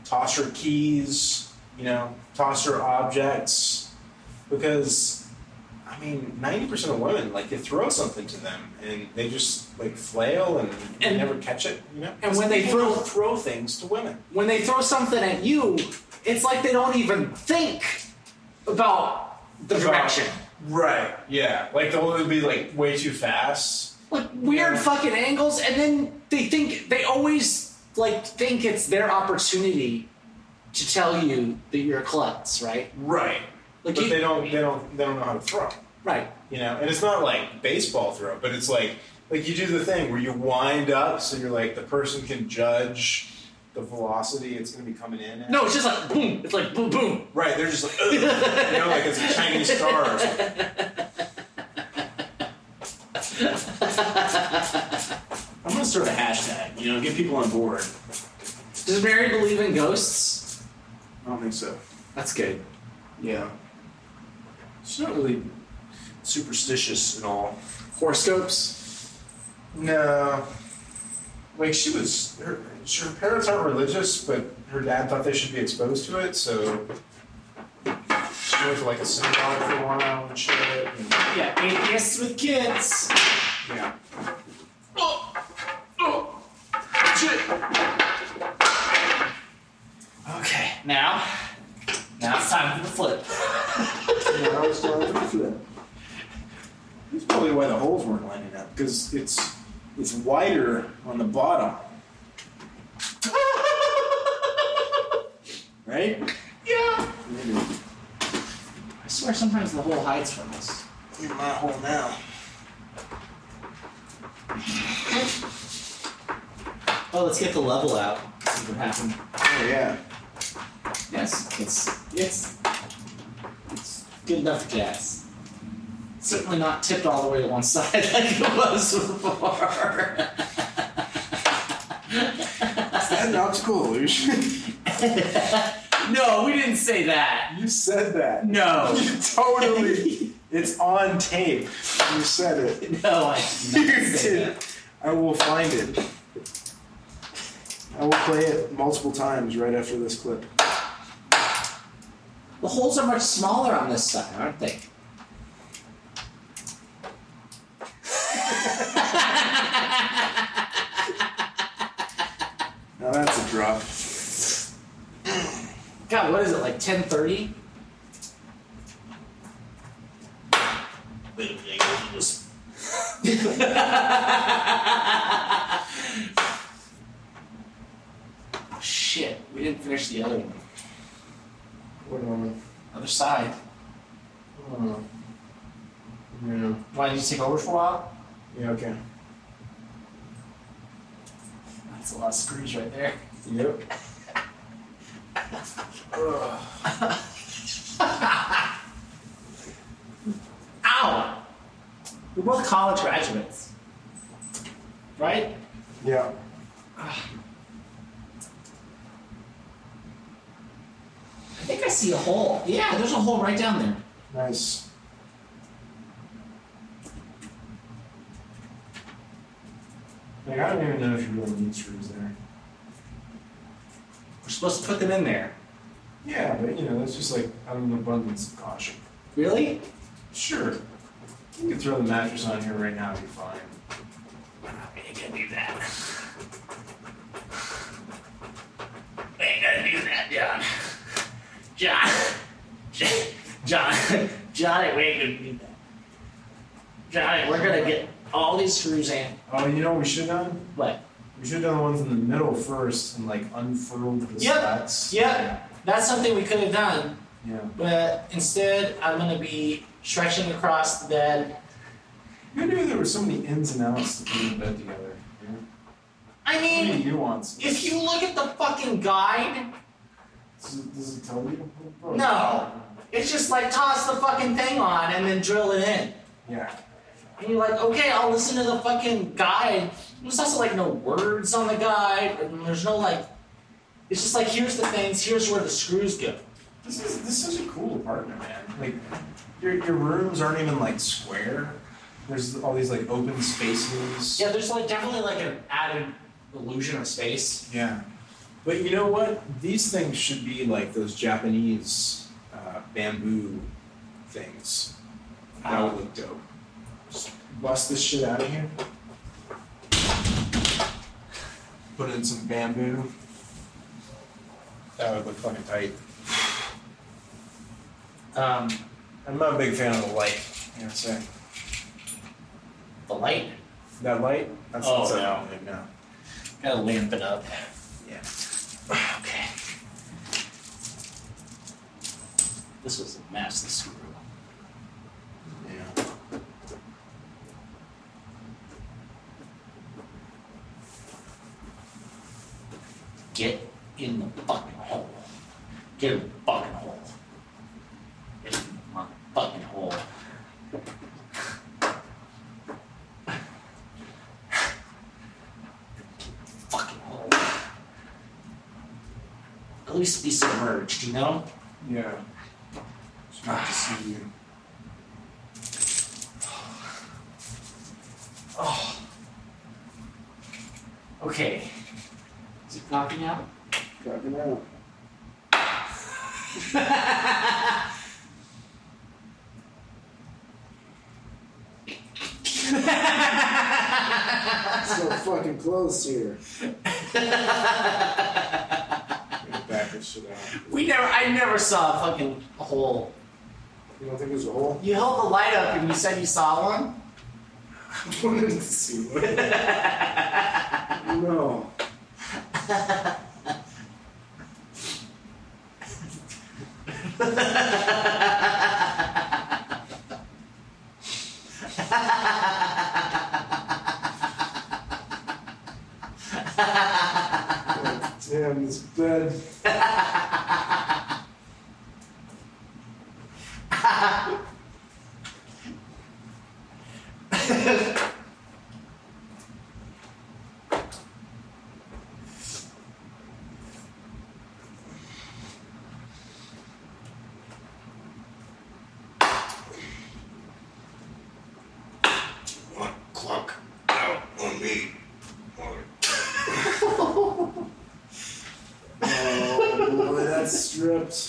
B: toss her keys, you know, toss her objects, because I mean, ninety percent of women like you throw something to them and they just like flail and, they
E: And-
B: never catch it. You know,
E: and when they
B: People
E: throw-
B: don't throw things to women.
E: when they throw something at you, it's like they don't even think about the
B: About-
E: direction.
B: Right. Yeah. Like they'll either be like way too fast.
E: Like weird fucking angles, and then they think they always like think it's their opportunity to tell you that you're a klutz, right?
B: Right.
E: Like
B: but
E: you,
B: they don't. They don't. They don't know how to throw.
E: right.
B: You know. And it's not like baseball throw, but it's like like you do the thing where you wind up so you're like the person can judge the velocity it's going to be coming in. At.
E: No, it's just like boom. It's like boom, boom.
B: Right. They're just like "Ugh," you know, like it's a Chinese star or something. [laughs] I'm gonna start a hashtag, you know, get people on board.
E: Does Mary believe in ghosts?
B: I don't think so.
E: That's good.
B: Yeah. She's not really superstitious at all.
E: Horoscopes.
B: No. Like she was, her, her parents aren't religious, but her dad thought they should be exposed to it, so she went to like a synagogue for a while and shit. And,
E: Yeah, atheists with kids.
B: yeah.
E: Oh, oh, shit. Okay, now, now it's time for the flip.
B: Yeah, I was going through that. That's probably why the holes weren't lining up because it's it's wider on the [laughs] bottom, right?
E: yeah.
B: Maybe
E: I swear sometimes the hole hides from us.
B: you're my hole now.
E: Oh, let's get the level out. See what happened.
B: Oh yeah.
E: Yes, it's it's it's good enough for jazz. Certainly not tipped all the way to one side [laughs] like it was before. [laughs]
B: Is that an optical illusion?
E: no, we didn't say that.
B: you said that.
E: No.
B: [laughs] You totally. It's on tape. You said it. [laughs]
E: [laughs] No, I did
B: You
E: not say
B: did.
E: that.
B: I will find it. I will play it multiple times right after this clip.
E: The holes are much smaller on this side, aren't they?
B: Now that's a drop.
E: God, what is it like? Ten thirty? [laughs] Shit, we didn't finish the other one.
B: What am
E: Other side.
B: I? Oh. Yeah.
E: Why did you take over for a while?
B: Yeah. Okay.
E: That's a lot of screws right there.
B: Yep.
E: [laughs] Ow! We're both college graduates, right?
B: Yeah.
E: I think I see a hole. Yeah, there's a hole right down there.
B: Nice. Like I don't even know if you really need screws there.
E: We're supposed to put them in there.
B: Yeah, but you know that's just like out of an abundance of caution.
E: Really?
B: Sure. You can throw the mattress on here right now. It'd be fine.
E: We're not gonna do that. We ain't gonna do that, John. John. John. John. Johnny, we ain't gonna do that. Johnny, we're gonna get all these screws in.
B: Oh, you know what we should have done?
E: What?
B: We should have done the ones in the middle first and like unfurled the
E: Yep.
B: slats.
E: Yeah, that's something we could have done,
B: Yeah.
E: but instead I'm gonna be stretching across the bed.
B: Who knew there were so many ins and outs to put in bed together? You know?
E: I
B: So many
E: mean,
B: nuances.
E: if you look at the fucking guide,
B: Does it, does it tell you?
E: No. It's just like toss the fucking thing on and then drill it in.
B: Yeah.
E: And you're like, okay, I'll listen to the fucking guide. There's also like no words on the guide, and there's no like. It's just like here's the things, here's where the screws go.
B: This is this is a cool apartment, man. Like your your rooms aren't even like square. There's all these like open spaces.
E: Yeah, there's like definitely like an added illusion of space.
B: Yeah. But you know what? These things should be like those Japanese uh, bamboo things.
F: That would look dope. Just bust this shit out of here. Put in some bamboo. That would look fucking tight.
E: Um,
F: I'm not a big fan of the light. You know what I'm saying?
E: the light
F: That light? That's
E: Oh,
F: what's
E: no.
F: up. with it now.
E: gotta lamp it up.
F: Yeah.
E: Okay. This was a massive screw.
F: Yeah.
E: Get in the fucking hole. Get in the fucking hole. Get in my fucking hole. fucking hole. At least be submerged, you know?
F: Yeah. It's not to see you.
E: Oh. Okay. Is it knocking out?
F: Fucking
E: [laughs]
F: hell. So fucking close here. Back this shit out.
E: we never. I never saw a fucking hole.
F: You don't think there's a hole?
E: You held the light up and you said you saw one.
F: I wanted to see what. no. God Damn this bed.
K: One clock out on me.
F: Oh boy, that's stripped.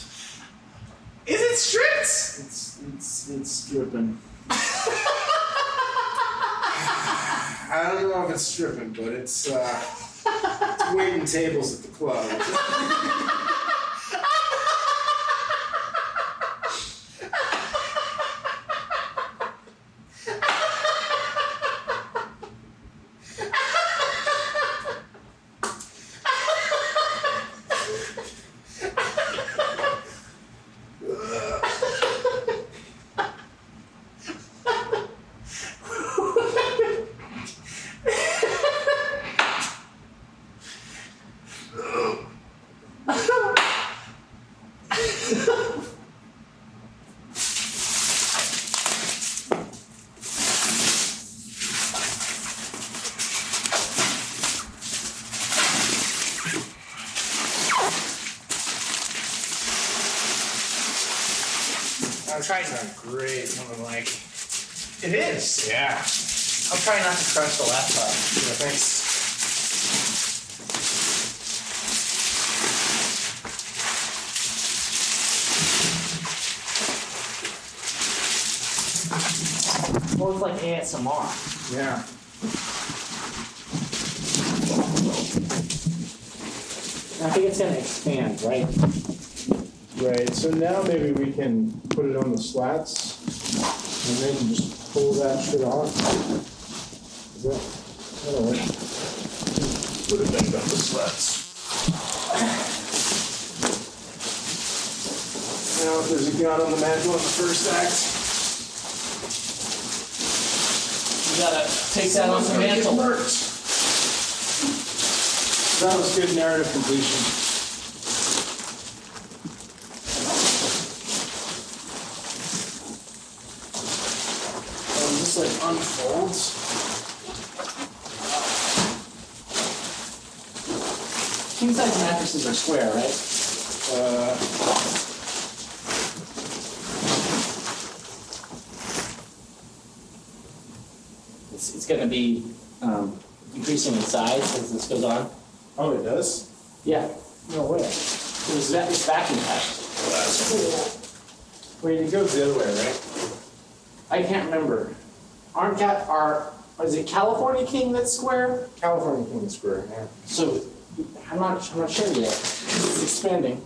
E: Is it stripped?
F: It's it's it's
E: [laughs]
F: stripping. I don't know if it's stripping, but it's uh, it's waiting tables at the club.
E: I'm trying to.
F: Great, something like
E: It is.
F: yeah.
E: I'm trying not to crush the laptop.
F: Yeah, thanks.
E: Well, it's like ASMR.
F: Yeah.
E: I think it's gonna expand, right?
F: Right. So now maybe we can put it on the slats, and then just pull that shit off. Is that? That'll work.
K: Would have been about the slats.
F: Now, if there's a gun on the mantle in the first act,
E: You gotta take that off the mantle.
F: that was good narrative completion. Um, this like unfolds.
E: King size mattresses are square, right?
F: Uh,
E: It's, it's gonna be um, increasing in size as this goes on.
F: oh, it does?
E: Yeah.
F: No way.
E: It was va- it's vacuum packed.
F: Wait, it goes the other way, right?
E: I can't remember. Aren't cat are is it California King that's square?
B: California King Square. Yeah.
E: So I'm not I'm not sure yet. It's expanding.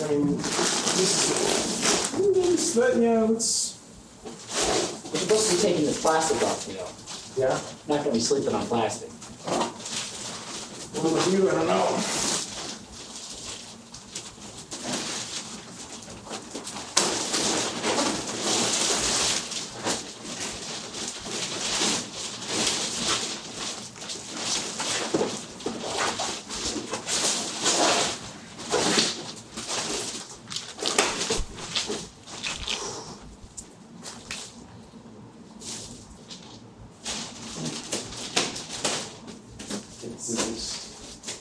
B: I mean, this is, this- that, yeah, that's
E: We're supposed to be taking this plastic off, you know.
B: yeah.
E: Not gonna be sleeping on plastic.
B: Well, with you, I don't know. It's just,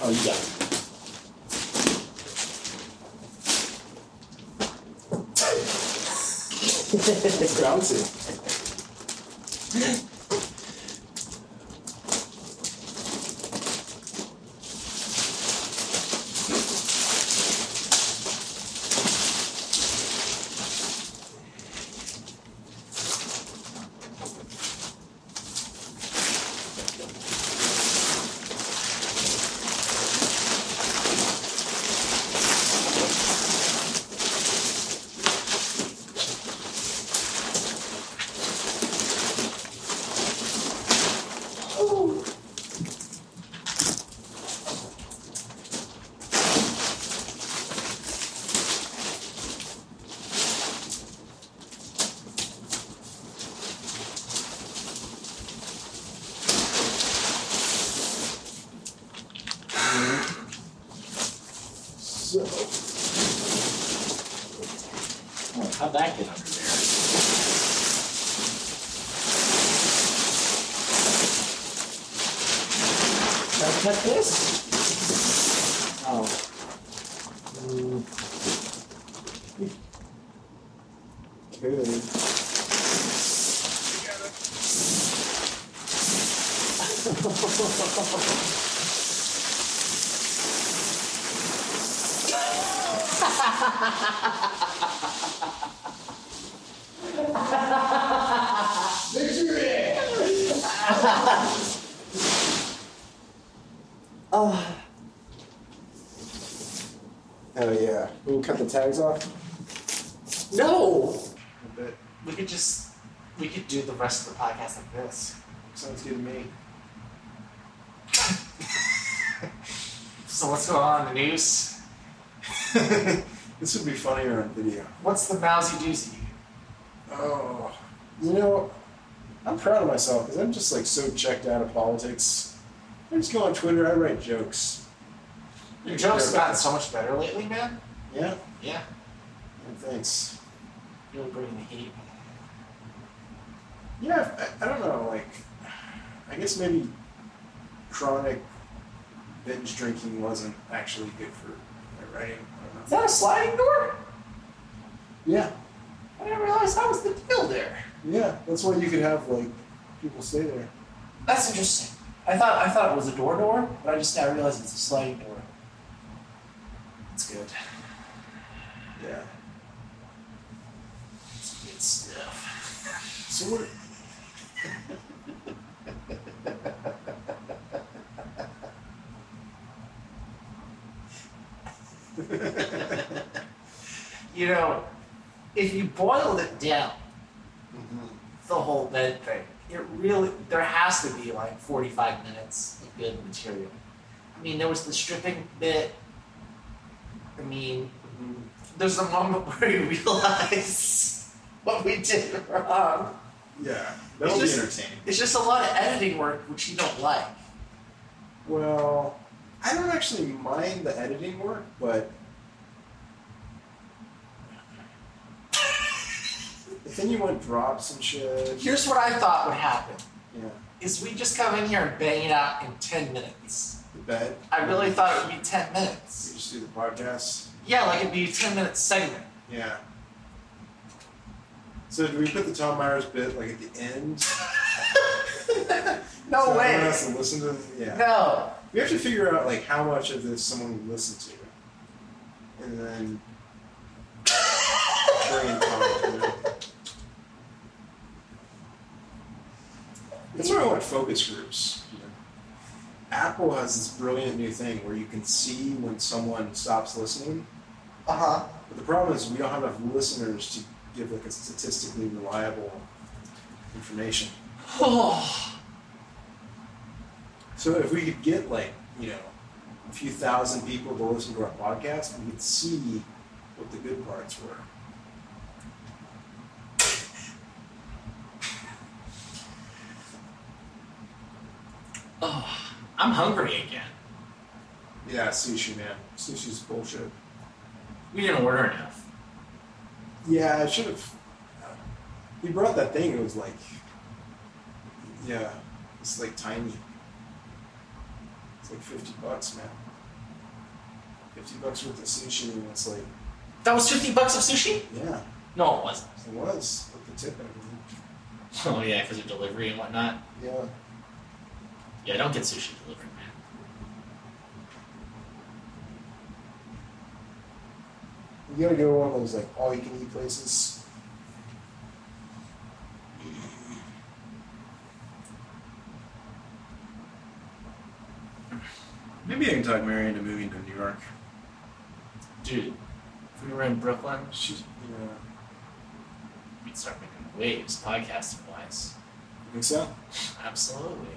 E: Oh you got it.
B: it's bouncy.
E: Oh, how'd that get under there? Should I cut this? Oh.
B: Okay. Oh yeah. We'll cut the tags off.
E: No!
B: I bet.
E: We could just we could do the rest of the podcast like this.
B: Sounds good to
E: [laughs]
B: me.
E: So what's going on in the news?
B: this would be funnier on video.
E: What's the Mousy doozy?
B: Oh, you know, I'm proud of myself because I'm just like so checked out of politics. I just go on Twitter. I write jokes.
E: Your jokes have gotten so much better lately, man.
B: Yeah.
E: Yeah.
B: And thanks.
E: You're bringing the heat.
B: Yeah, I, I don't know. Like, I guess maybe chronic binge drinking wasn't actually good for my writing. I don't know.
E: Is that a sliding door?
B: Yeah,
E: I didn't realize that was the deal there.
B: yeah. That's why you could have like people stay there.
E: That's interesting. I thought I thought it was a door door, but I just now realized it's a sliding door. That's good.
B: Yeah.
E: That's good stuff.
B: So what?
E: You know, if you boiled it down, the whole bed thing, it really there has to be like forty five minutes of good material. I mean, there was the stripping bit. I mean, there's the moment [laughs] where you realize what we did wrong.
B: Yeah,
E: It's
B: that'll be
E: just-
B: entertaining.
E: It's just a lot of editing work, which you don't like.
B: Well, I don't actually mind the editing work, but [laughs] if anyone drops and shit,
E: Here's what I thought would happen:
B: yeah,
E: is we just come in here and bang it out in ten minutes.
B: the bed.
E: I really thought it would be ten
B: We
E: minutes.
B: just do the podcast.
E: Yeah, like it'd be a ten minute segment.
B: Yeah. So do we put the Tom Myers bit like at the end?
E: [laughs] No
B: so
E: way.
B: Everyone has to listen to. Yeah.
E: No.
B: We have to figure out like how much of this someone would listen to, and
E: [laughs]
B: then bring in Tom. to it. That's why I want focus groups. you know. Apple has this brilliant new thing where you can see when someone stops listening.
E: Uh huh.
B: But the problem is we don't have enough listeners to give like a statistically reliable information. So if we could get like, you know, a few thousand people to listen to our podcast, we could see what the good parts were.
E: I'm hungry again.
B: Yeah, sushi man. Sushi's bullshit.
E: We didn't order enough.
B: Yeah, I should have. uh, He brought that thing. It was like, yeah, it's like tiny. It's like fifty bucks, man. Fifty bucks worth of sushi, and it's like,
E: That was 50 bucks of sushi?
B: yeah,
E: No, it wasn't.
B: it was with the tip and everything.
E: Oh, yeah, because of delivery and whatnot.
B: Yeah,
E: Yeah, don't get sushi delivered, man.
B: you gotta go to one of those like all-you-can-eat places.
F: Maybe I can talk Mary into moving to New York.
E: Dude, if we were in Brooklyn,
B: She's, yeah,
E: we'd start making waves podcasting wise.
B: you think so?
E: Absolutely.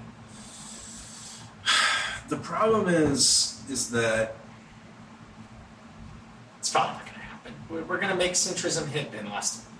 F: [sighs] The problem is, is that
E: It's probably not going to happen. We're, we're going to make Centrism hip in Austin.